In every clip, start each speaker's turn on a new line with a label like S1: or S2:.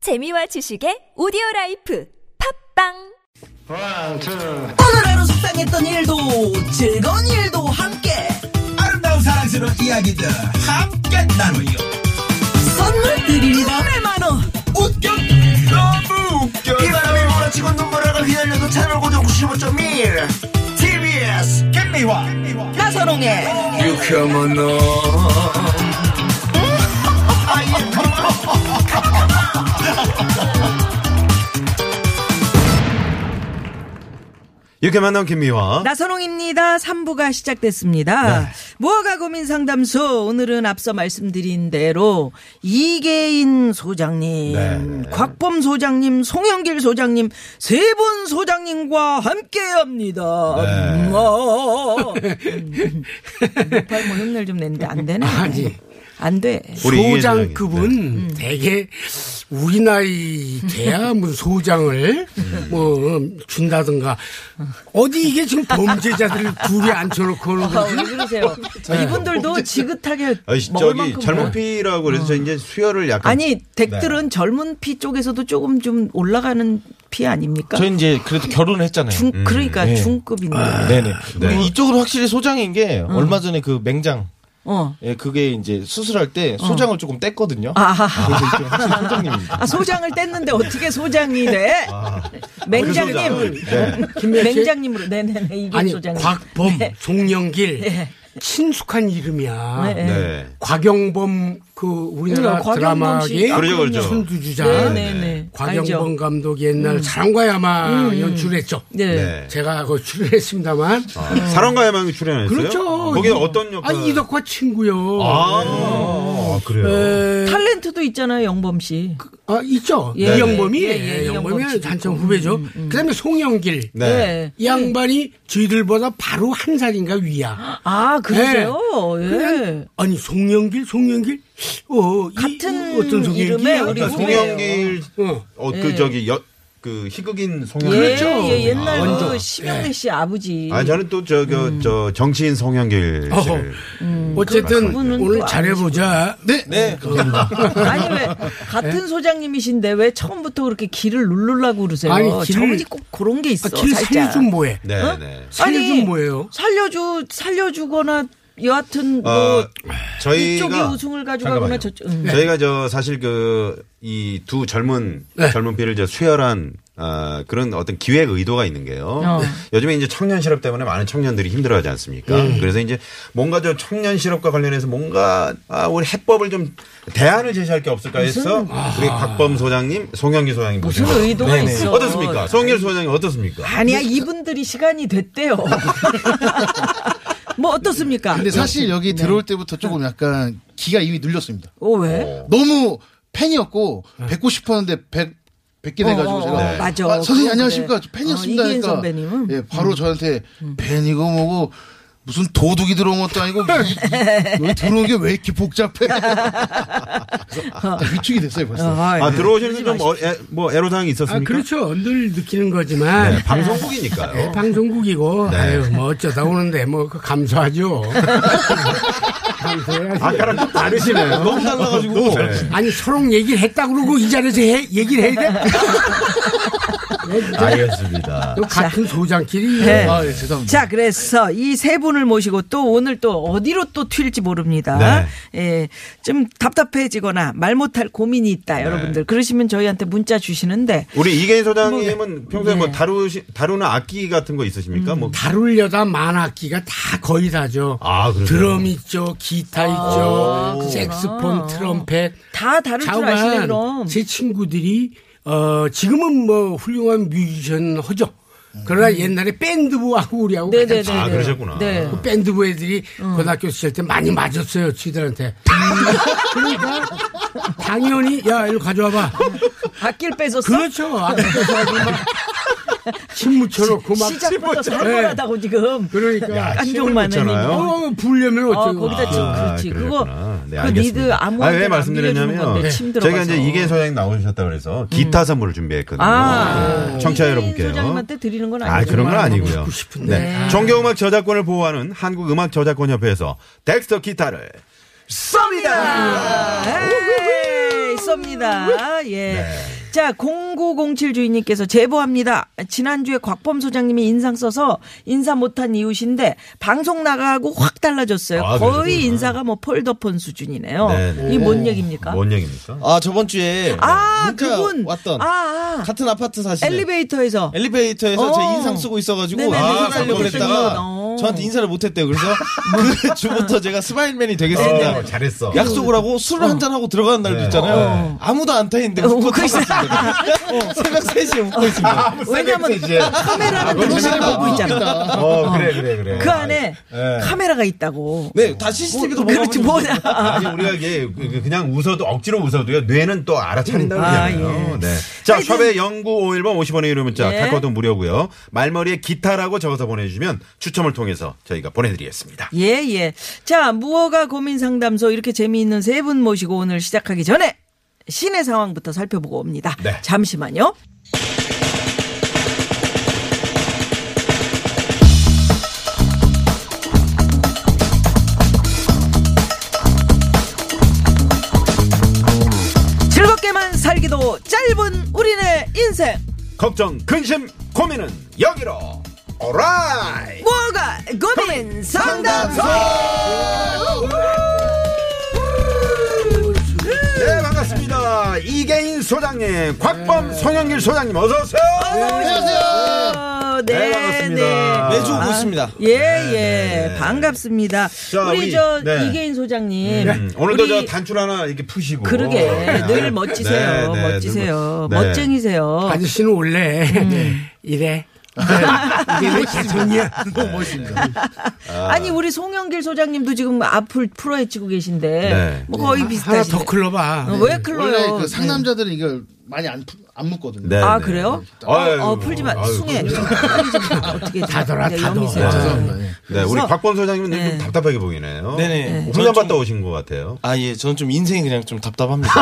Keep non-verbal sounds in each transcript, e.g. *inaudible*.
S1: 재미와 지식의 오디오 라이프 팝빵
S2: One, two.
S3: 오늘 하루 속상했던 일도 즐거운 일도 함께
S4: 아름다운 사랑스러운 이야기들 함께 나누요.
S3: 선물 드립니다 100만원
S4: 웃겨 너무 웃겨.
S5: 바람이 몰아치고 눈보라가 휘날려도 채널 고정 95.1 TBS
S4: 김미화
S3: 나선홍의
S5: 유쾌한 너
S6: *laughs* 이렇게 만난 김미화.
S3: 나선홍입니다 3부가 시작됐습니다 무허가 고민 상담소 오늘은 앞서 말씀드린 대로 이계인 소장님
S6: 네.
S3: 곽범 소장님 송영길 소장님 세 분 소장님과 함께합니다
S6: 네.
S3: 음, 어. *laughs* 음, 목발 뭐 흉내를 좀 냈는데 안 되네
S7: 아니.
S3: 안돼
S6: 우리 이혜진 양이. 네.
S7: 소장급은 되게 우리 나이 돼야 뭐 소장을
S6: 음.
S7: 뭐 준다든가 어디 이게 지금 범죄자들을 둘이 앉혀놓고 그러는
S3: 아, 왜
S6: 네.
S7: 거지?
S3: 그러세요? 이분들도 지긋하게
S6: 아니, 씨, 네. 어,
S3: 먹을
S6: 저기
S3: 만큼
S6: 젊은 네.
S3: 먹-
S6: 피라고 그래서 저 이제 수혈을 약간
S3: 아니 댁들은 젊은 피 쪽에서도 조금 좀 올라가는 피 아닙니까?
S8: 저 이제 그래도 결혼했잖아요.
S3: 중
S6: 음,
S3: 그러니까
S8: 네.
S3: 중급인데.
S8: 네네. 근데
S6: 네.
S8: 이쪽은 확실히 소장인 게
S3: 음.
S8: 얼마 전에 그 맹장
S3: 어.
S8: 예, 그게 이제 수술할 때 소장을 조금 뗐거든요.
S3: 아,
S8: 그래서 이게 확실히 소장님입니다.
S3: 아, 소장을 뗐는데 어떻게 소장이 돼? 맹장님,
S6: 아. 네.
S7: 김미아 씨?
S3: 맹장님으로, 네네네 이게
S7: 아니
S3: 소장님.
S7: 곽범,
S3: 네.
S7: 송영길
S3: 네.
S7: 친숙한 이름이야.
S3: 네.
S6: 네.
S7: 곽영범 그 우리나라
S3: 그래요, 곽영범
S7: 드라마의
S3: 씨. 아,
S6: 그러죠, 그러죠.
S7: 선두주자
S3: 네네네.
S7: 곽영범
S3: 알죠. 음.
S7: 감독이 옛날 사랑과야 마 연출했죠.
S3: 네.
S6: 네.
S7: 제가 그 출연했습니다만
S6: 아, 사랑과 야망이 출연했어요.
S7: 그렇죠.
S6: 거기
S7: 이거-
S6: 어떤 역할?
S7: 아니 이덕화 친구요. 네.
S6: 아, 그래요.
S7: 에,
S3: 탤런트도 있잖아요, 영범 씨.
S6: 그,
S7: 아, 있죠.
S3: 예,
S7: 이영범이.
S3: 예, 예,
S7: 예,
S3: 이영범
S7: 영범이
S3: 씨도
S7: 단청
S3: 있고.
S7: 후배죠. 그 다음에 송영길.
S6: 네.
S3: 예.
S7: 이 양반이 저희들보다 바로 한 살인가 위야.
S3: 아, 그러세요? 예.
S6: 네.
S7: 그냥, 아니, 송영길, 송영길? 어, 이-
S3: 같은
S7: 이 어떤 송영길이야?
S3: 이름의 우리
S6: 그러니까
S3: 후배예요.
S6: 송영길
S7: 어.
S6: 어, 그 저기 여, 그 희극인 송영길.
S3: 예, 예, 옛날
S7: 먼저.
S3: 그 심영래 씨 아버지.
S6: 아, 저는 또 저 저
S3: 음.
S6: 정치인 송영길
S7: 어허.
S6: 씨를
S7: 어쨌든
S3: 그분은
S7: 오늘
S3: 또
S7: 잘해보자. 네.
S8: 네.
S3: 아니 왜
S7: 예?
S3: 같은 소장님이신데 왜 처음부터 그렇게 길을 누르려고 그러세요?
S7: 아니, 길을-
S3: 저분이 꼭 그런 게 있어.
S7: 아, 길
S3: 살짝.
S7: 살려준 뭐해?
S6: 네,
S3: 어?
S6: 네.
S7: 살려준 뭐예요?
S3: 살려주 살려주거나 여하튼 뭐
S6: 어,
S3: 이쪽이
S6: 저희가
S3: 우승을 가져가거나
S6: 잠깐만요. 네.
S3: 저쪽 음.
S6: 저희가 저 사실 그 이 두 젊은
S7: 네.
S6: 젊은 피를 저 수혈한 아, 그런 어떤 기획 의도가 있는 게요.
S3: 어.
S6: 요즘에 이제 청년 실업 때문에 많은 청년들이 힘들어하지 않습니까?
S3: 예.
S6: 그래서 이제 뭔가 저 청년 실업과 관련해서 뭔가 아, 우리 해법을 좀 대안을 제시할 게 없을까 해서 우리 박범 소장님, 송영기 소장님
S3: 아. 무슨
S6: 모시고
S3: 의도가 있어?
S6: 네. 어떻습니까? 송영기 소장님 어떻습니까?
S3: 아니야 이분들이 시간이
S7: *laughs*
S3: 됐대요. 뭐 어떻습니까?
S9: 근데 사실 여기 들어올 때부터 조금 약간 기가 이미 눌렸습니다.
S3: 오 어, 왜?
S6: 어.
S9: 너무 팬이었고 뵙고 싶었는데 100, 뵙게 돼가지고
S3: 어, 어,
S9: 제가
S3: 어, 맞아.
S9: 아, 선생님
S3: 그래,
S9: 안녕하십니까
S3: 그래.
S9: 저 팬이었습니다.
S3: 어, 이기인
S9: 그러니까
S3: 선배님은? 음.
S9: 예, 바로 저한테 팬이고 뭐고 무슨 도둑이 들어온 것도 아니고 이- 이- 여기 들어온 게 왜 이렇게 복잡해? 딱 위축이 됐어요 벌써.
S6: 아,
S3: 예. 네.
S6: 들어오시는 예, 좀뭐 애로사항이
S7: 아,
S6: 있었습니까?
S7: 그렇죠. 늘 느끼는 거지만.
S6: 네,
S3: 예.
S6: 방송국이니까요.
S7: 방송국이고
S3: 네.
S7: 아유 뭐 어쩌다 오는데 뭐 그거
S3: *laughs*
S7: 감사하죠. 감사해야지.
S6: 아까랑 좀 다르시네요. 너무 달라가지고.
S7: 아니 서로 얘기를 했다 그러고 이 자리에서 해- 얘기를 해야 돼?
S6: 알겠습니다.
S7: 또 같은 소장끼리
S3: 네.
S9: 아, 예, 죄송합니다.
S3: 자, 그래서 이 세 분을 모시고 또 오늘 또 어디로 또 튈지 모릅니다.
S6: 네.
S3: 예. 좀 답답해지거나 말 못할 고민이 있다,
S6: 네.
S3: 여러분들. 그러시면 저희한테 문자 주시는데
S6: 우리 이계인 소장님은 평소에 뭐 다루시, 다루는 악기 같은 거 있으십니까? 뭐
S7: 다룰려다 만악기가 다 거의 다죠.
S6: 아, 그러세요?
S7: 드럼 있죠, 기타 있죠, 그 색스폰, 트럼펫.
S3: 아. 다 다룰 줄 아시네, 그럼.
S7: 좌우간 제 친구들이 어 지금은 뭐 훌륭한 뮤지션 하죠. 그러나 옛날에 밴드부하고 우리하고 가장
S3: 음. 네네네.
S6: 아, 그러셨구나.
S3: 네.
S7: 그 밴드부 애들이
S3: 어.
S7: 고등학교 시절 때 많이 맞았어요,
S3: *laughs*
S7: 지들한테. 그러니까 당연히 야, 이거 가져와봐.
S3: 악기를 뺏었어? *laughs*
S7: 그렇죠. 앞에서 아주 막
S6: 뭐
S7: 침묻혀놓고 막.
S3: 시작부터
S7: 씹었죠.
S3: 살벌하다고 지금.
S7: 그러니까.
S6: 아,
S3: 안종만
S6: 묻잖아요.
S7: 어, 불려면
S3: 어,
S7: 어쩌고.
S3: 거기다 지금 그렇지. 그거
S6: 아, 그랬구나. 네,
S3: 그
S6: 알겠습니다.
S3: 니드 아무한테
S6: 아, 왜 말씀드렸냐면 저희가 이제 이계인 소장님 나오셨다고 그래서 기타 선물을 준비했거든요.
S3: 아.
S6: 네, 청취자 여러분께요.
S3: 소장님한테 드리는 건
S6: 아,
S3: 아니죠.
S6: 그런 건 아니고요.
S7: 듣고 싶은데.
S6: 네. 종교음악 저작권을 보호하는 한국음악저작권협회에서 덱스터 기타를
S3: 에이, 쌉니다. 예.
S6: 네.
S3: 자, 0907 주인님께서 제보합니다. 지난주에 곽범 소장님이 인상 써서 인사 못한 이웃인데 방송 나가고 확 달라졌어요.
S6: 아,
S3: 거의
S6: 그러시구나.
S3: 인사가 뭐 폴더폰 수준이네요.
S6: 네, 네.
S3: 이게 뭔 얘기입니까?
S6: 뭔 얘기입니까?
S8: 아 저번 주에
S3: 아,
S8: 문자
S3: 그분.
S8: 왔던
S3: 아, 아.
S8: 같은 아파트 사시는
S3: 엘리베이터에서.
S8: 엘리베이터에서
S3: 어.
S8: 제 인상 쓰고 있어가지고
S3: 네네네.
S8: 인사하려고
S6: 그랬군요.
S8: 그랬다가
S3: 어. 뭐.
S8: 저한테 인사를 못했대요. 그래서 그 주부터 제가 스마일맨이 되겠습니다.
S3: 네,
S6: 어, 잘했어.
S8: 약속을 하고 술을 한잔 하고 들어가는 날도
S6: 네.
S8: 있잖아요. 아무도 안 타있는데
S3: 어,
S8: 웃고
S3: 웃고 있어요.
S8: 타셨습니다. 새벽 3시에 웃고 있습니다.
S3: *laughs* 왜냐면
S6: 이제.
S3: 카메라는
S6: 그건
S3: 당신을
S6: 재밌다.
S3: 보고 있잖아.
S6: 어, 그래, 그래, 그래.
S3: 그 안에
S6: 예.
S3: 카메라가 있다고.
S8: 네, 다 CCTV도 보고
S3: 그렇지 뭐, 뭐냐.
S6: 아니 우리가 이게 그- 그냥 웃어도 억지로 웃어도요 뇌는 또 알아차린다고
S3: 음, 아,
S6: 그러잖아요. 네. 자
S3: 하여튼-
S6: 샵의 0951번 50원의 유료 문자
S3: 예.
S6: 카카오톡 무료고요. 말머리에 기타라고 적어서 보내주시면 추첨을 통해서 저희가 보내드리겠습니다.
S3: 예, 예. 자, 무허가 고민 상담소 이렇게 재미있는 세 분 모시고 오늘 시작하기 전에 시내 상황부터 살펴보고 옵니다.
S6: 네.
S3: 잠시만요. 즐겁게만 살기도 짧은 우리네 인생
S6: 걱정 근심 고민은 여기로 오라이.
S3: 무허가 고민 상담소
S6: 네 반갑습니다. 이계인 소장님, 곽범
S3: 네.
S6: 송영길 소장님 어서 오세요.
S3: 안녕하세요. 네,
S6: 네, 반갑습니다. 네,
S8: 매주 오고 있습니다.
S3: 예, 예. 반갑습니다.
S6: 자,
S3: 우리,
S6: 우리,
S3: 저
S6: 네.
S3: 이계인 소장님.
S6: 음, 오늘도
S3: 우리
S6: 저 단추 하나 이렇게 푸시고
S3: 그러게
S6: 네.
S3: 늘 뭐- 멋지세요.
S6: 네, 네,
S3: 멋지세요.
S6: 늘 멋- 네.
S3: 멋쟁이세요.
S7: 아저씨는 원래
S3: 음.
S7: 네, 이래. 이게 내 개성이야.
S3: 어,
S9: 너무 멋있습니다.
S3: 아니 우리 송영길 소장님도 지금 앞을 프로에 치고 계신데
S6: 네.
S3: 뭐 거의
S7: 하나
S3: 비슷하신데.
S7: 더 클러봐.
S3: 어, 왜
S9: 원래
S3: 클로요?
S9: 그 상남자들은 이걸 많이 안, 푸- 안 묻거든요.
S6: 네,
S3: 아
S6: 네.
S3: 그래요?
S6: 아유,
S3: 어, 풀지 마.
S6: 아유,
S3: 숭해. 빨리 좀 어떻게
S7: 다더라,
S3: 다
S7: 다더.
S3: 영이세요.
S9: 죄송합니다. 예.
S6: 네, 우리
S3: 그래서-
S6: 곽범 소장님은
S3: 네.
S6: 좀 답답하게 보이네요.
S8: 네네. 네.
S7: 그렇죠.
S6: 훈련 받다 오신 것 같아요.
S8: 아, 예, 저는 좀 인생이 그냥 좀 *laughs* 답답합니다.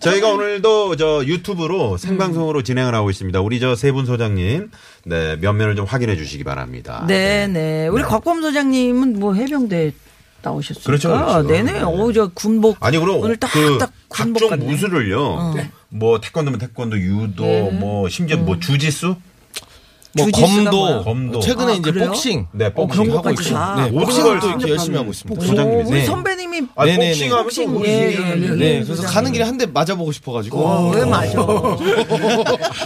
S6: 저희가 오늘도 저 유튜브로
S3: 음.
S6: 생방송으로 진행을 하고 있습니다. 우리 저 세 분 소장님, 네, 면면을 좀 확인해 주시기 바랍니다.
S3: 네, 네. 우리 곽범 소장님은 뭐 해병대 나오셨어요.
S6: 그렇죠, 그렇죠.
S3: 네네. 어, 저 군복.
S6: 아니, 그럼
S3: 오늘 딱,
S6: 그
S3: 딱 군복
S6: 각종
S3: 같네. 어.
S6: 무술을요. 뭐 태권도면 태권도, 유도,
S3: 음.
S6: 뭐 심지어 뭐 주짓수,
S8: 뭐
S3: 주짓수가 뭐야?
S8: 검도,
S6: 검도.
S8: 최근에
S3: 아,
S8: 이제
S3: 그래요?
S8: 복싱.
S6: 네, 복싱
S8: 복싱 하고
S3: 것까지
S8: 있습니다.
S3: 다.
S8: 네,
S6: 모든
S8: 복싱을
S6: 걸
S8: 또 이렇게
S6: 생각하는
S8: 열심히 하고 있습니다.
S6: 복싱.
S3: 오,
S6: 소장님이세요.
S3: 우리
S8: 네.
S3: 선배님이
S6: 아,
S8: 네네네.
S6: 복싱하면
S3: 복싱,
S6: 또뭐 우리
S3: 예,
S6: 얘기하는
S3: 예,
S6: 게
S8: 네, 그래서 가는 길에 한 대 맞아보고 싶어가지고.
S3: 왜 맞아?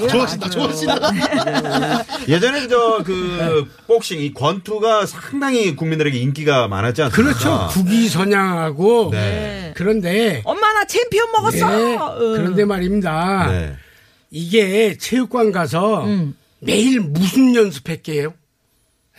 S9: 좋아하신다, 좋아하신다.
S6: 예전에 저 그 복싱 이 권투가 상당히 국민들에게 인기가 많았지 않습니까?
S3: 아.
S7: 그렇죠. 국위 선양하고
S6: 네.
S7: 그런데
S3: 엄마 나 챔피언
S7: 예,
S3: 어, 먹었어. 응.
S7: 그런데 말입니다.
S6: 네.
S7: 이게 체육관 가서
S3: 음.
S7: 매일 무슨 연습했게요?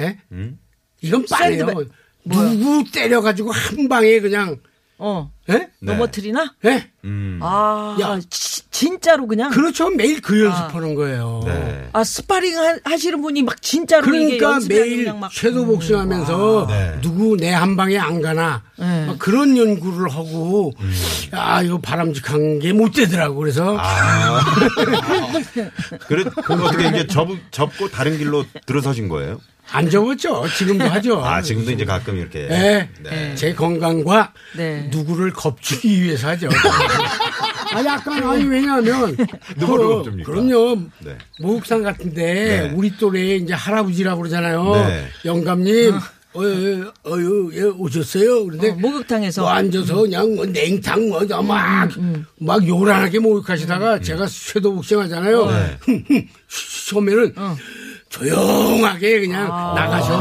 S7: 예?
S6: 음?
S7: 이건 빠르요.
S3: 샌드백.
S7: 누구 때려가지고 한 방에 그냥
S3: 어.
S7: 예?
S3: 넘어뜨리나?
S7: 예?
S6: 음.
S3: 아,
S7: 야.
S3: 지- 진짜로 그냥.
S7: 그렇죠. 매일 그 연습하는 거예요.
S6: 네.
S3: 아 스파링 하, 하시는 분이 막 진짜로 이게
S7: 그러니까
S3: 연습이
S7: 매일
S3: 아니라 막- 음.
S7: 섀도우 복싱하면서
S6: 네.
S7: 누구 내 한 방에 안 가나
S3: 네.
S7: 막 그런 연구를 하고
S6: 음.
S7: 아 이거 바람직한 게 못 되더라고 그래서
S6: 아. 그래 그럼 어떻게 이제 접, 접고 다른 길로 들어서신 거예요?
S7: 안 접었죠. 지금도 하죠.
S6: 아 지금도 이제 가끔 이렇게.
S7: 예.
S6: 네.
S7: 제 건강과
S3: 네.
S7: 누구를 겁주기 위해서 하죠. *laughs* 아, 약간, 아니, 왜냐면.
S6: 누구를
S7: 그,
S6: 겁줍니까?
S7: 그럼요.
S6: 네.
S7: 목욕탕 같은데,
S6: 네.
S7: 우리 또래 이제 할아버지라고 그러잖아요.
S6: 네.
S7: 영감님, 어유, 어유, 예, 오셨어요? 그런데.
S3: 어, 목욕탕에서. 음,
S7: 뭐 앉아서 그냥 뭐 냉탕, 뭐, 다 막, 막 요란하게
S6: 음,
S7: 목욕하시다가 제가 쇠도 복싱 하잖아요.
S3: 어.
S6: 네.
S7: 처음에는 조용하게 그냥 나가셔.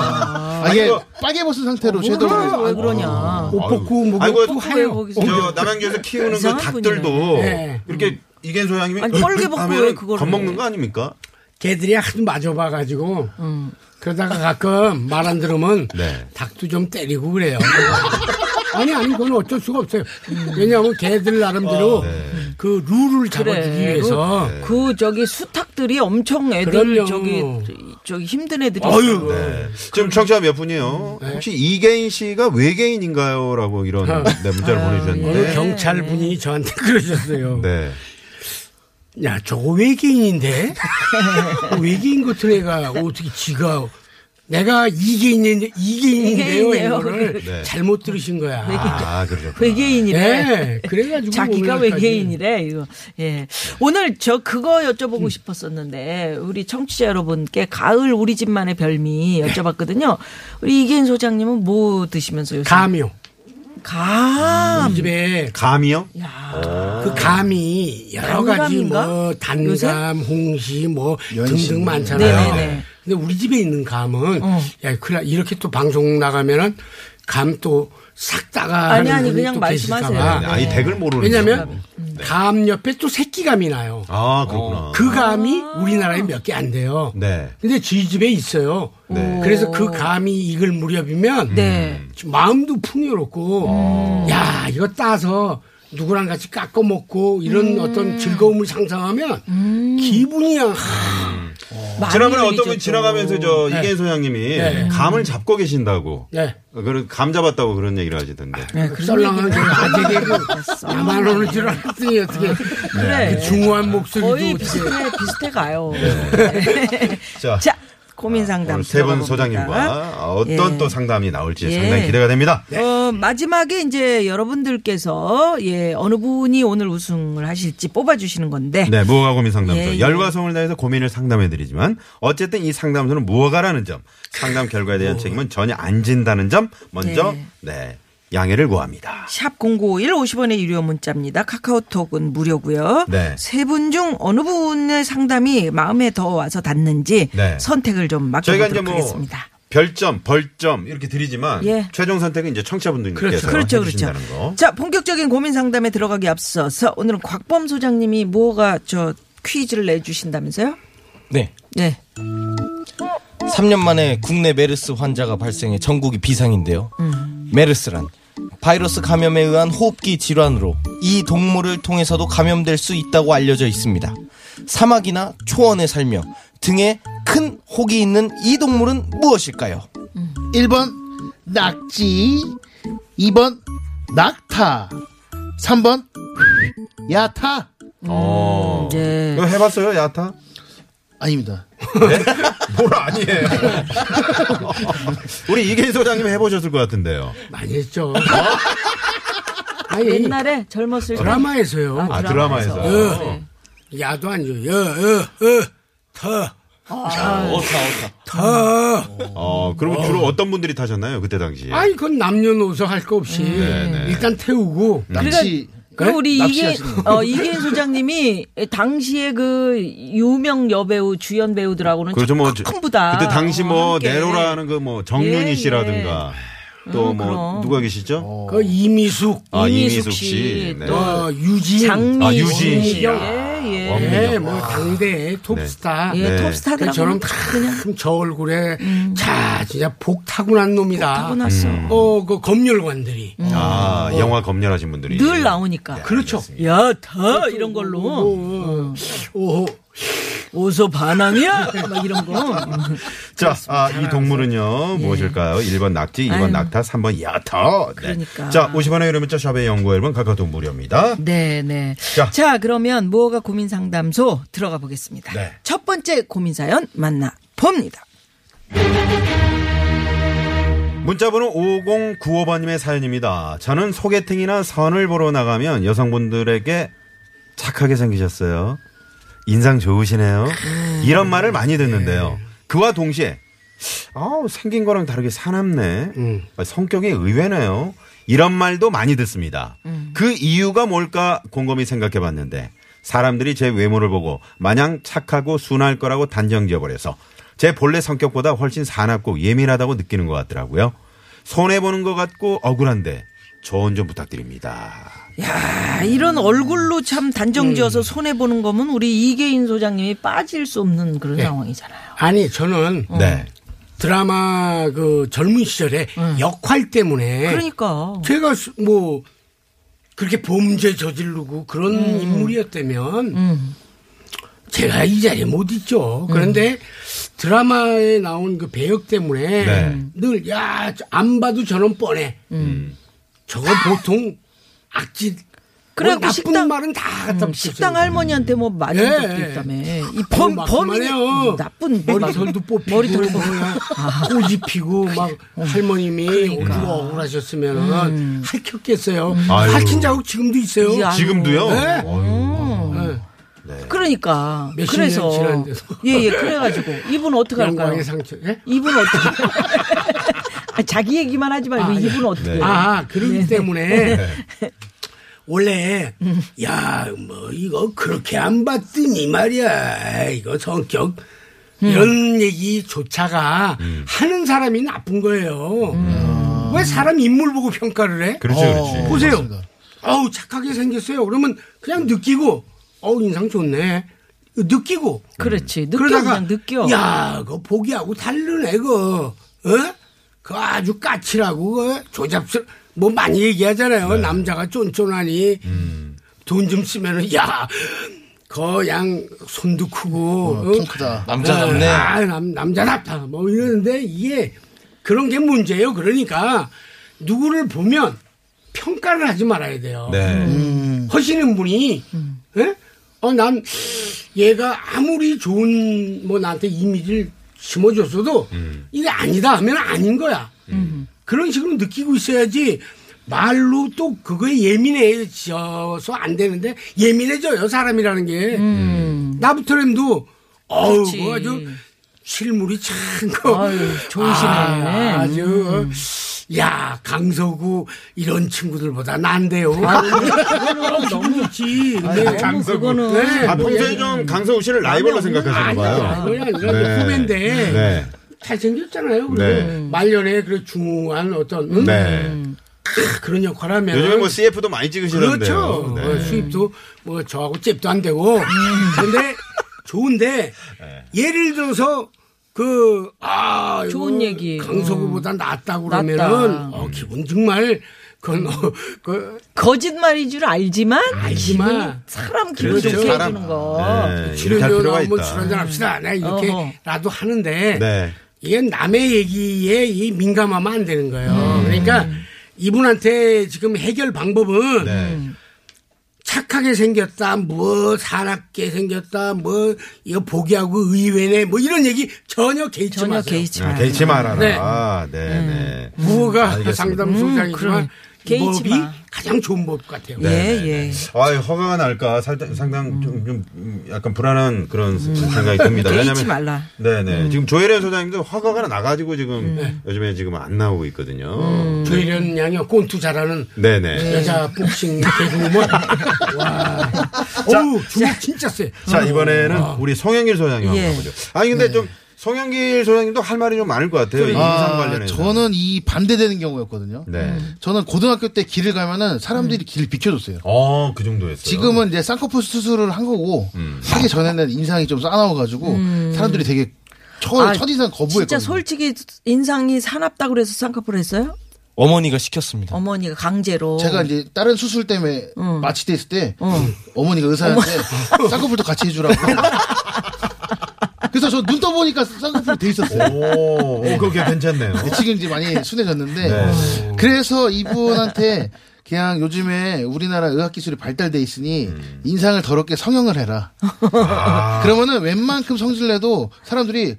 S9: 아, 이게 빨개 벗은
S3: 어,
S9: 상태로 섀도우.
S3: 그래서 왜 그러냐.
S7: 옷 벗고 목욕
S6: 아이고,
S7: 벗고 하요.
S3: 거기서.
S6: 저 남양주에서 키우는 그
S3: 이상한 예. 음.
S6: 닭들도
S7: 네.
S6: 이렇게 이겐 소양이
S3: 아니, 뻘개 벗고 왜 그거를
S6: 겁먹는
S3: 해?
S6: 거 아닙니까?
S7: 개들이 하도 맞아봐가지고 그러다가 가끔 말 안 들으면
S6: 네.
S7: 닭도 좀 때리고 그래요. 아니 아니 그건 어쩔 수가 없어요. 왜냐하면 개들 나름대로
S6: 아, 네.
S7: 그 룰을 잡아주기
S3: 그래.
S7: 위해서
S3: 그, 그 저기 수탉들이 엄청 애들
S7: 그럼요.
S3: 저기 저기 힘든 애들이
S7: 어휴
S6: 네.
S3: 음.
S6: 지금 청취자 몇 분이요?
S3: 네.
S6: 혹시 이계인 씨가 외계인인가요?라고 이런
S3: 아.
S6: 네, 문자를
S7: 어느
S3: 예.
S6: 보내주셨는데.
S7: 경찰 분이 저한테 *laughs* 그러셨어요.
S6: 네.
S7: 야그 저거 외계인인데 외계인 같은 애가 어떻게 지가 내가 이게 있는데 이게 있는데요
S3: 있네요.
S7: 이거를
S6: 네.
S7: 잘못 들으신 거야.
S6: 아, 그러죠.
S3: 외계인이래.
S7: 예,
S3: *laughs*
S7: 그래가지고
S3: 자기가
S7: 오늘까지.
S3: 외계인이래 이거. 예. 오늘 저 그거
S7: 음.
S3: 여쭤보고 싶었었는데 우리 청취자 여러분께 가을 우리 집만의 별미 여쭤봤거든요. 우리 이계인 소장님은 뭐 드시면서 요새
S7: 감이요.
S3: 감.
S7: 우리 집에
S6: 감이요? 어.
S7: 그 감이 여러 가지
S3: 아. 단감인가?
S7: 뭐 단감, 홍시 뭐
S9: 연신.
S7: 등등 많잖아요.
S3: 네네네. 어.
S7: 근데 우리 집에 있는 감은 야, 큰일 나. 이렇게 또 방송 나가면은 감 또 싹 따가
S3: 아니, 아니, 그냥 말씀하세요.
S6: 아, 이 덱을 모르는.
S7: 왜냐면 감 옆에 또 새끼감이 나요.
S6: 네. 아, 그렇구나.
S7: 그 감이 우리나라에 몇 개 안 돼요.
S6: 네.
S7: 근데 저희 집에 있어요.
S6: 네.
S7: 그래서 그 감이 익을 무렵이면
S3: 네.
S7: 좀 마음도 풍요롭고 야 이거 따서 누구랑 같이 깎아 먹고 이런 어떤 즐거움을 상상하면 기분이야. 아,
S3: 많이
S6: 지난번에
S3: 드리죠,
S6: 어떤 분
S3: 또.
S6: 지나가면서 저
S7: 네.
S6: 이계인 소장님이
S7: 네.
S6: 감을 잡고 계신다고.
S7: 네.
S6: 어, 그리고 감 잡았다고 그런 얘기를 하시던데.
S3: 네.
S7: 썰렁한 그 아재개그 나만 오는 줄 알았더니 어떻게
S3: 그래.
S7: 그 중후한 목소리도
S3: 거의
S7: 어떻게
S3: 비슷해 비슷해 가요. *laughs*
S6: 자,
S3: 자 고민
S6: 아.
S3: 상담.
S6: 오늘 세 분
S3: 들어가
S6: 소장님과
S3: 봅니다.
S6: 어떤
S3: 예.
S6: 또 상담이 나올지
S3: 예.
S6: 상당히 기대가 됩니다.
S3: 어, 마지막에 이제 여러분들께서 예, 어느 분이 오늘 우승을 하실지 뽑아주시는 건데.
S6: 네, 무허가 고민 상담소.
S3: 예, 예.
S6: 열과 성을 다해서 고민을 상담해드리지만 어쨌든 이 상담소는 무허가라는 점, 상담 결과에 대한 책임은 전혀 안 진다는 점 먼저
S3: 뭐. 네.
S6: 네 양해를 구합니다.
S3: 샵 0951, 50원의 유료 문자입니다. 카카오톡은 무료고요.
S6: 네.
S3: 세 분 중 어느 분의 상담이 마음에 더 와서 닿는지
S6: 네.
S3: 선택을 좀
S6: 저희가 이제
S3: 맡겨보도록
S6: 뭐
S3: 하겠습니다.
S6: 별점, 벌점 이렇게 드리지만
S3: 예.
S6: 최종 선택은 이제 청취자분들께서
S3: 그렇죠, 그렇죠.
S6: 해주신다는 거.
S3: 자, 본격적인 고민 상담에 들어가기 앞서서 오늘은 곽범 소장님이 뭐가 저 퀴즈를 내주신다면서요?
S8: 네.
S3: 네.
S8: 3년 만에 국내 메르스 환자가 발생해 전국이 비상인데요. 메르스란 바이러스 감염에 의한 호흡기 질환으로 이 동물을 통해서도 감염될 수 있다고 알려져 있습니다. 사막이나 초원에 살며 등에 큰 혹이 있는 이 동물은 무엇일까요?
S9: 1번 낙지 2번 낙타 3번 야타
S6: 어.
S3: 네.
S6: 이거 해봤어요, 야타?
S9: 아닙니다.
S6: 뭘 아니에요. 우리 이계희 소장님 해보셨을 것 같은데요.
S7: 많이 했죠. *laughs* 아니
S9: 네.
S3: 옛날에 젊었을 때
S7: 드라마에서요.
S6: 아, 드라마에서.
S3: 네.
S7: 야도 아니죠. 여, 여, 여, 터, 터.
S6: 어, 그럼 주로 어떤 분들이 타셨나요, 그때 당시에?
S7: 아니, 그건 남녀노소 할 거 없이 일단 태우고.
S9: 낙지
S3: 그러니까 그럼 우리
S9: 네? 납치
S3: 이게
S9: 하시는
S3: 어, 이게 소장님이 당시에 그 유명 여배우 주연 배우들하고는
S6: 그렇죠 뭐 저-
S3: 전부다. 어,
S6: 그때 당시 뭐
S3: 함께.
S6: 네로라는 그 뭐 정윤희
S3: 예, 예.
S6: 씨라든가 또 뭐
S3: 그럼.
S6: 누가 계시죠?
S7: 그 이미숙,
S6: 아
S3: 이미숙
S6: 이미숙
S3: 씨,
S6: 씨, 네.
S3: 또
S7: 어, 유진,
S3: 장미
S6: 아, 유진 씨.
S3: 예,
S6: 아,
S3: 예.
S6: 와.
S7: 예, 뭐 당대 톱스타.
S3: 예,
S6: 네.
S3: 톱스타들
S7: 그 저런 참저 얼굴에
S3: 음.
S7: 자 진짜 복 타고난 놈이다.
S3: 타고 났어.
S6: 음.
S3: 음.
S7: 어, 그 검열관들이.
S6: 아 영화 검열하신 분들이
S9: 예.
S3: 늘 나오니까.
S7: 그렇죠.
S3: 야, 더 이런
S9: 뭐,
S3: 걸로
S7: 오,
S3: 어서 반항이야 막 이런 거. *laughs*
S6: 자, 아, 이 동물은요, 뭐 무엇일까요? 1번 낙지, 2번
S3: 예. 아유.
S6: 낙타, 3번 야타. 네.
S3: 그러니까.
S6: 자, 50원의 유료 문자 샵의 연구 앨범 카카오톡 무료입니다.
S3: 네, 네. 자,
S6: 자.
S3: 그러면 무허가 고민 상담소 들어가 보겠습니다.
S6: 네.
S3: 첫 번째 고민 사연 만나 봅니다.
S6: 문자번호 5095번님의 사연입니다. 저는 소개팅이나 선을 보러 나가면 여성분들에게 착하게 생기셨어요. 인상 좋으시네요. 이런 말을 많이 듣는데요. 그와 동시에 아우 생긴 거랑 다르게 사납네. 아, 성격이 의외네요. 이런 말도 많이 듣습니다.
S7: 음.
S6: 그 이유가 뭘까 곰곰이 생각해 봤는데 사람들이 제 외모를 보고 마냥 착하고 순할 거라고 단정 지어버려서 제 본래 성격보다 훨씬 사납고 예민하다고 느끼는 것 같더라고요. 손해보는 것 같고 억울한데 조언 좀 부탁드립니다.
S3: 야, 이런
S7: 음.
S3: 얼굴로 참
S7: 네.
S3: 단정지어서 손해 보는 거면 우리 이계인 소장님이 빠질 수 없는 그런
S7: 네.
S3: 상황이잖아요.
S7: 아니 저는
S3: 음.
S6: 네.
S7: 드라마 그 젊은 시절에 역할 때문에
S3: 음. 그러니까
S7: 제가 수- 뭐 그렇게 범죄 저지르고 그런
S3: 음.
S7: 인물이었다면 제가 이 자리에 못 있죠.
S3: 음.
S7: 그런데 드라마에 나온 그 배역 때문에
S6: 네.
S7: 늘
S3: 음.
S7: 야 안 봐도 저놈 뻔해. 저거 보통 악질 뭐
S3: 그래갖고
S7: 나쁜
S3: 식당- 음,
S7: 말은 다 갖다 붙였어요.
S3: 식당 할머니한테 뭐 맞은
S7: 예,
S3: 적도
S7: 예.
S3: 있다며. 이
S7: 아, 그건
S3: 범,
S7: 막
S3: 범인이
S7: 그만해요.
S3: 나쁜
S7: 머리털도 뽑히고
S3: 머리털도 뽑- 아. 어.
S7: 뭐야 꼬지 피고 막 할머님이
S3: 그러니까.
S7: 우리가 억울하셨으면은 할켰겠어요.
S6: 아유.
S7: 할킨 자국 지금도 있어요.
S3: 음. 이야.
S6: 지금도요?
S7: 네.
S6: 어휴.
S7: 네.
S3: *laughs* 그러니까.
S7: 몇십
S3: 그래서.
S7: 년 지났는데도.
S3: 예, 예. 그래가지고. 이분 어떻게 할까요?
S7: 영광의 상처. 예?
S3: 이분 어떻게. *laughs* 아, 자기 얘기만 하지 말고 이분 어떻게.
S6: 네.
S7: 예. 아, 그러기 때문에
S3: 네.
S7: 원래
S3: 음.
S7: 야, 뭐 이거 그렇게 안 봤더니 말이야. 이거 성격
S3: 음.
S7: 이런 얘기조차가
S6: 음.
S7: 하는 사람이 나쁜 거예요.
S3: 음.
S7: 왜 사람 인물 보고 평가를 해?
S6: 그렇지, 그렇지.
S7: 보세요. 어우 착하게 생겼어요. 그러면 그냥 느끼고 어우 인상 좋네. 느끼고 음.
S3: 그렇지. 느껴, 그냥 느껴.
S7: 야, 그 보기하고 다르네, 그. 어? 그 아주 까칠하고, 그 조잡스러, 뭐 많이 얘기하잖아요. 남자가 쫀쫀하니. 돈 좀 쓰면은, 야, 그 양 손도 크고. 어,
S9: 통 크다.
S8: 남자답네.
S7: 아, 남, 남자답다. 뭐 이러는데 이게 그런 게 문제예요. 그러니까 누구를 보면 평가를 하지 말아야 돼요.
S6: 네.
S3: 음.
S7: 하시는 분이 예? 어, 난 얘가 아무리 좋은 뭐 나한테 이미지를 심어줬어도
S3: 음.
S7: 이게 아니다 하면 아닌 거야. 그런 식으로 느끼고 있어야지 말로 또 그거에 예민해져서 안 되는데 예민해져요 사람이라는 게 나부터라도 어우
S3: 음. 그렇지.
S7: 뭐 아주 실물이 참거 그
S3: 아유, 좋으시네.
S7: 아, 주 어? 야, 강서구 이런 친구들보다 난데요. 아, 너무 좋지. 네.
S3: 너무
S6: 강서구.
S3: 그거는.
S7: 네.
S6: 아, 평소에 좀 강서우 씨를 라이벌로 생각하시나
S7: 아니야,
S6: 봐요.
S7: 그게 아니라 후배인데
S6: 네.
S7: 잘생겼잖아요. 그리고
S6: 네.
S7: 말년에 그 중후한 어떤 음?
S6: 네.
S7: 크, 그런 역할하면
S6: 요즘에 뭐 CF도 많이
S7: 그렇죠.
S6: 찍으시는데요. 네.
S7: 어, 수입도 뭐 저하고 잽도 안 되고.
S6: 음.
S7: 근데 좋은데
S6: 네.
S7: 예를 들어서 그, 아, 이거
S3: 좋은 얘기. 음.
S7: 강서구보다 낫다고
S3: 낫다. 음.
S7: 그러면은 어, 기분 정말 그건 어, 그
S3: 거짓말인 줄 알지만.
S7: 알지만
S3: 사람 기분
S6: 그렇죠.
S3: 좋게
S6: 사람.
S3: 해주는 거.
S6: 네, 이렇게 할
S7: 치료료
S6: 필요가
S7: 나오면
S6: 있다.
S7: 치료전 합시다. 내가
S3: 어허.
S7: 이렇게라도 하는데
S6: 네.
S7: 이게 남의 얘기에 이 민감하면 안 되는 거예요.
S6: 음.
S7: 그러니까 이분한테 지금 해결 방법은
S6: 네.
S7: 착하게 생겼다, 뭐 사납게 생겼다, 뭐 이거 보기하고 의외네, 뭐 이런 얘기 전혀 개의치
S3: 전혀
S7: 마세요.
S3: 개의치
S6: 아,
S3: 마.
S6: 개의치 말아라.
S7: 네.
S6: 아, 네, 네.
S7: 부호가
S6: 알겠습니다. 음,
S7: 상담
S3: 그러네.
S7: 소장이지만
S3: 개의치
S7: 법이
S3: 마.
S7: 가장 좋은 법 같아요.
S6: 네.
S3: 예, 예.
S6: 아, 허가가 날까 살짝 상당 좀, 좀 음, 약간 불안한 그런 생각이 듭니다.
S3: 개의치
S6: 왜냐면-
S3: 말라.
S6: 네, 네. 지금 조혜련 소장님도 허가가 나가지고 지금 요즘에 지금 안 나오고 있거든요.
S7: 음. 조혜련 양이 꼰투 잘하는
S6: 네, 네.
S7: 여자 복싱
S6: *laughs*
S7: 개그우먼. 와. 어우, 주먹 진짜 세.
S6: 자 이번에는 우리 송영길 소장님
S3: 예.
S6: 한번 가보죠. 아니 근데 좀 송영길 소장님도 할 말이 좀 많을 것 같아요. 네, 인상
S9: 아,
S6: 관련해서.
S9: 저는 이 반대되는 경우였거든요.
S6: 네.
S9: 저는 고등학교 때 길을 가면은 사람들이 길을 비켜줬어요.
S6: 어, 그 정도였어요. 음.
S9: 지금은 이제 쌍꺼풀 수술을 한 거고 하기 전에는 인상이 좀 싸나워가지고 사람들이 되게 첫,
S3: 음. 아,
S9: 첫인상 거부했거든요.
S3: 진짜 솔직히 인상이 사납다 그래서 쌍꺼풀 했어요?
S8: 어머니가 시켰습니다.
S3: 어머니가 강제로.
S9: 제가 이제 다른 수술 때문에 마취돼 있을 때 어머니가 의사한테 *laughs* 쌍꺼풀도 같이 해주라고. 그래서 저 눈 떠보니까 쌍꺼풀 돼 있었어요.
S6: 오, 오 그거 괜찮네요.
S9: 근데 지금 이제 많이 순해졌는데
S6: 네.
S9: 그래서 이분한테 그냥 요즘에 우리나라 의학 기술이 발달돼 있으니
S6: 음.
S9: 인상을 더럽게 성형을 해라.
S6: 아.
S9: 그러면은 웬만큼 성질내도 사람들이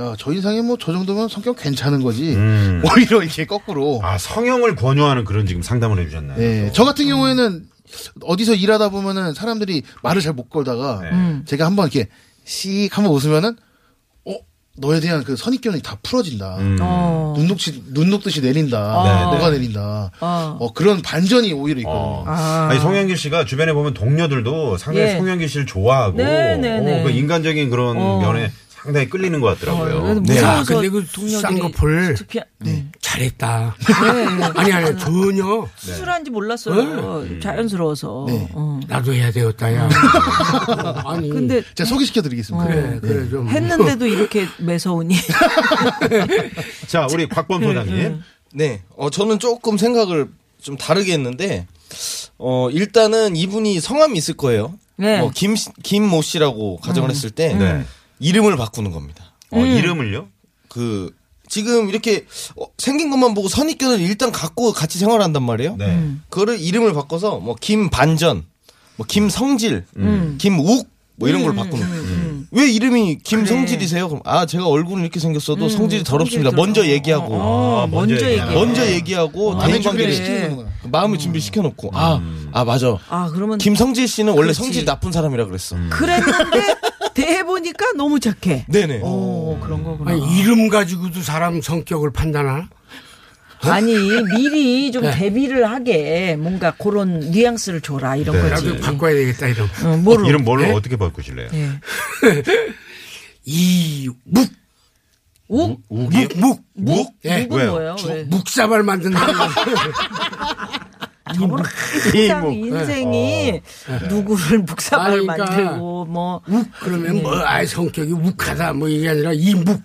S9: 야 저 인상이 뭐 저 정도면 성격 괜찮은 거지.
S6: 음.
S9: 오히려 이렇게 거꾸로.
S6: 아 성형을 권유하는 그런 지금 상담을 해주셨나요?
S3: 네.
S9: 예, 저 같은 경우에는 어디서 일하다 보면은 사람들이 말을 잘 못 걸다가
S7: 네.
S9: 제가 한번 이렇게 씩 한번 웃으면은 어 너에 대한 그 선입견이 다 풀어진다.
S7: 음.
S3: 어.
S8: 음,
S9: 눈 녹듯이 눈 녹듯이 내린다.
S7: 네,
S9: 뭐가 내린다.
S3: 어.
S9: 어. 그런 반전이 오히려 있거든요.
S6: 어. 아니 송영길 씨가 주변에 보면 동료들도 상당히
S3: 예.
S6: 송영길 씨를 좋아하고
S3: 네, 네,
S6: 어,
S3: 네.
S6: 그 인간적인 그런 면에 상당히 끌리는 것 같더라고요.
S3: 어, 아, 그래서
S6: 네.
S7: 야,
S3: 무서워서
S7: 근데 그
S3: 동료들이 네.
S7: 쌍꺼풀
S3: 특히-
S7: 잘했다.
S3: 네.
S7: *laughs* 아니, 아니, 전혀.
S8: 네.
S3: 수술한지 몰랐어요. 음. 자연스러워서. 어.
S8: 음.
S7: 나도 해야
S3: *laughs*
S7: 되었다, 야. 아니. 네.
S3: 근데 네.
S9: 제가 소개시켜드리겠습니다.
S7: 그래, 그래,
S8: 음.
S7: 좀.
S3: 했는데도 이렇게 매서우니.
S6: 자 우리 곽범 소장님.
S8: 네. 어, 저는 조금 생각을 좀 다르게 했는데, 어, 일단은 이분이 성함이 있을 거예요.
S3: 네.
S8: 뭐, 김, 김모 씨라고 가정을 했을 때,
S6: 네.
S3: 음.
S8: 이름을 바꾸는 겁니다.
S6: 어, 이름을요?
S8: 그, 지금 이렇게 어, 생긴 것만 보고 선입견을 일단 갖고 같이 생활한단 말이에요.
S6: 네. 음.
S8: 그거를 이름을 바꿔서 뭐 김반전, 뭐 김성질,
S9: 음.
S8: 김욱 뭐 이런 걸로 바꾸는.
S3: 음.
S8: 왜 이름이 김성질이세요? 그럼 아 제가 얼굴은 이렇게 생겼어도 성질이
S3: 음,
S8: 더럽습니다.
S3: 성질이
S8: 먼저
S3: 더러워.
S8: 얘기하고 아,
S3: 어, 먼저
S6: 먼저
S3: 얘기해.
S8: 먼저 얘기하고 대인
S9: 남의 네. 아, 준비를 음.
S8: 관계를
S3: 그래.
S9: 시키는 거구나.
S8: 마음을 준비시켜 놓고 아, 아 맞아.
S3: 아, 그러면
S8: 김성질 씨는 원래
S3: 그렇지.
S8: 성질이 나쁜 사람이라 그랬어.
S9: 음.
S3: 그랬는데 대해 보니까 너무 착해.
S8: 네네.
S3: 오, 그런 거구나.
S7: 아니, 이름 가지고도 사람 성격을 판단하나?
S6: 네?
S3: 아니 미리 좀 대비를 하게 뭔가 그런 뉘앙스를 줘라 이런
S6: 네.
S7: 나도
S3: 거지.
S7: 바꿔야 되겠다 이름.
S3: 어, 뭐로?
S6: 이름 뭘로 어떻게 바꾸실래요?
S7: 네.
S3: 예. 네,
S7: 이묵
S3: 욱?
S7: 묵묵 묵. 예.
S3: 묵은
S6: 음, 왜요?
S3: 뭐예요? 왜? *laughs*
S7: 묵사발 만든다.
S3: 네. 저는 항상
S6: 예.
S3: 인생이
S6: 어,
S3: 누구를 *laughs* 묵사발
S7: 아니, 그러니까.
S3: 만들고 뭐
S7: 묵 그러면 뭐 아이 성격이 욱하다 뭐 이게 아니라 이묵.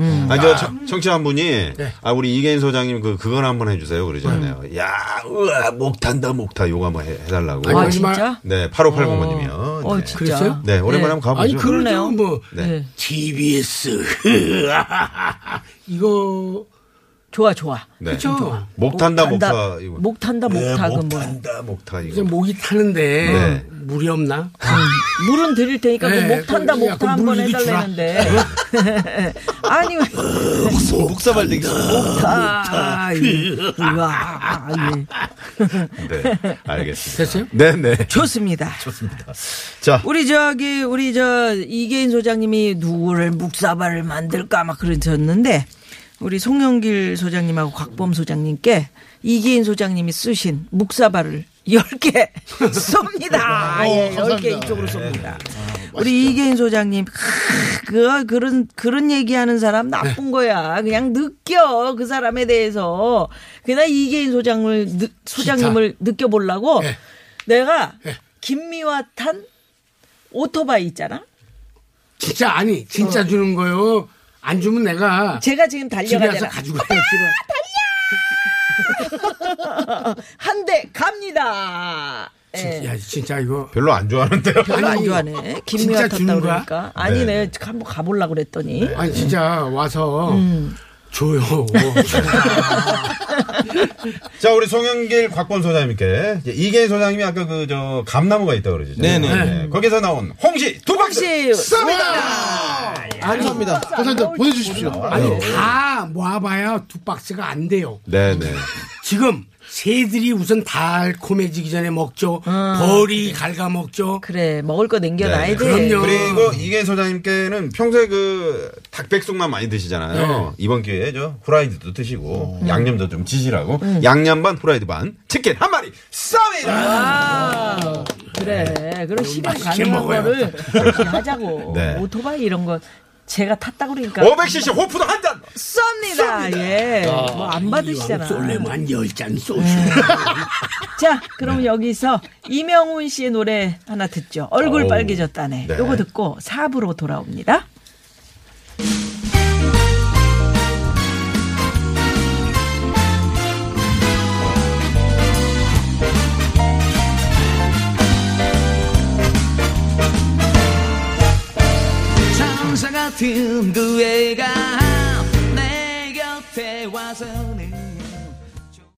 S3: 음.
S6: 아, 저 청- 청취자 한 분이
S3: 네.
S6: 아 우리 이계인 소장님 그 그건 한번 해주세요 그러잖아요.
S3: 음.
S6: 야, 우와, 목탄다 목타 요거 한번 해, 해달라고.
S3: 아,
S7: 아니,
S3: 진짜?
S6: 네, 8580번님이요.
S3: 어
S6: 네.
S3: 진짜.
S7: 그랬어요?
S6: 네, 오랜만에 한번 가보죠.
S7: 아니 그러죠
S3: 그러네요.
S7: 뭐
S6: 네.
S7: TBS *laughs* 이거
S3: 좋아 좋아.
S6: 네.
S7: 그렇죠.
S6: 목탄다
S3: 목탄다,
S6: 목타 이거.
S3: 목탄다
S6: 네,
S3: 목탁은 뭐야?
S6: 목탄다 목타
S7: 이제
S6: 이거.
S7: 목이 타는데
S6: 네.
S7: 물이 없나?
S3: 물은 드릴 테니까
S7: 네,
S3: 그 목탄다
S7: 그럼
S3: 목타
S7: 야, 그럼
S3: 한번
S7: 물 이리 주라. 어?
S3: 해달라는데. *laughs* 아니 왜?
S8: 목사발 되기
S3: 아, 예. 와, 예.
S6: 네, 알겠습니다.
S7: 됐어요?
S6: 네, 네.
S3: 좋습니다.
S6: 자,
S3: 우리 저기 우리 저 이계인 소장님이 누구를 묵사발을 만들까 막 그러셨는데 우리 송영길 소장님하고 곽범 소장님께 이계인 소장님이 쓰신 묵사발을 10개 *laughs*
S7: 어,
S3: 쏩니다. 예, 10개 이쪽으로 쏩니다.
S7: 예.
S3: 우리 이계인 소장님, 크, 그, 그런, 그런 얘기하는 사람 나쁜
S7: 네.
S3: 거야. 그냥 느껴. 그 사람에 대해서. 그냥 이계인 소장을, 느- 소장님을 느껴보려고
S7: 네.
S3: 내가 김미화 탄 오토바이 있잖아.
S7: 진짜 아니 진짜 주는 거요. 안 주면 내가
S3: 어. 제가 지금
S7: 집에 와서
S3: 달려가잖아.
S7: 가지고 가요.
S3: 한 대 갑니다.
S7: 집에.
S3: 예.
S7: 야 진짜 이거
S6: 별로 안 좋아하는데요. *laughs*
S3: 별로 안
S7: 아니,
S3: 좋아하네.
S7: 진짜
S3: 김미화 탔다
S7: 주는 거야? 네.
S3: 그러니까. 아니, 네. 한번 가보려고 그랬더니.
S7: 아니 진짜 와서
S3: 음. *laughs*
S7: 줘요.
S6: 자, 우리 송영길 곽본 소장님께 이제 이계인 소장님이 아까 그 저 감나무가 있다 고 그러시죠.
S8: 네네.
S6: 거기서 나온 홍시 두 박스.
S3: 혹시
S8: 감사합니다.
S9: 감사합니다. 보내주십시오.
S7: 아니
S3: 네.
S7: 다 모아봐야 두 박스가 안 돼요.
S6: 네, 네.
S7: 지금 새들이 우선 달콤해지기 전에 먹죠. 벌이 갉아 먹죠.
S3: 아, 그래 먹을 거 남겨놔야
S6: 네.
S3: 돼.
S7: 그럼요.
S6: 그리고 이계인 소장님께는 평소에 그 닭백숙만 많이 드시잖아요. 이번 기회에 저 후라이드도 드시고 양념도 좀 지시라고 양념 반 후라이드 반 치킨 한 마리 쌉니다.
S3: 아, 그래. 그럼 실현
S7: 맛있게
S3: 가능한
S7: 먹어요.
S3: 거를 그렇게
S7: *laughs*
S3: 하자고.
S6: 네.
S3: 오토바이 이런 거 제가 탔다 그러니까
S6: 500cc 호프도 한 잔.
S3: 쏩니다. 예. 뭐 안 받으시잖아.
S7: 아, 쏠래만 뭐. 열잔 쏘시.
S3: 자,
S7: 네.
S3: 그럼 여기서 이명훈 씨의 노래 하나 듣죠. 얼굴
S6: 어우,
S3: 빨개졌다네.
S6: 네.
S3: 요거 듣고 4부로 돌아옵니다.
S10: 천사 같은 그 애가 내 곁에 와서는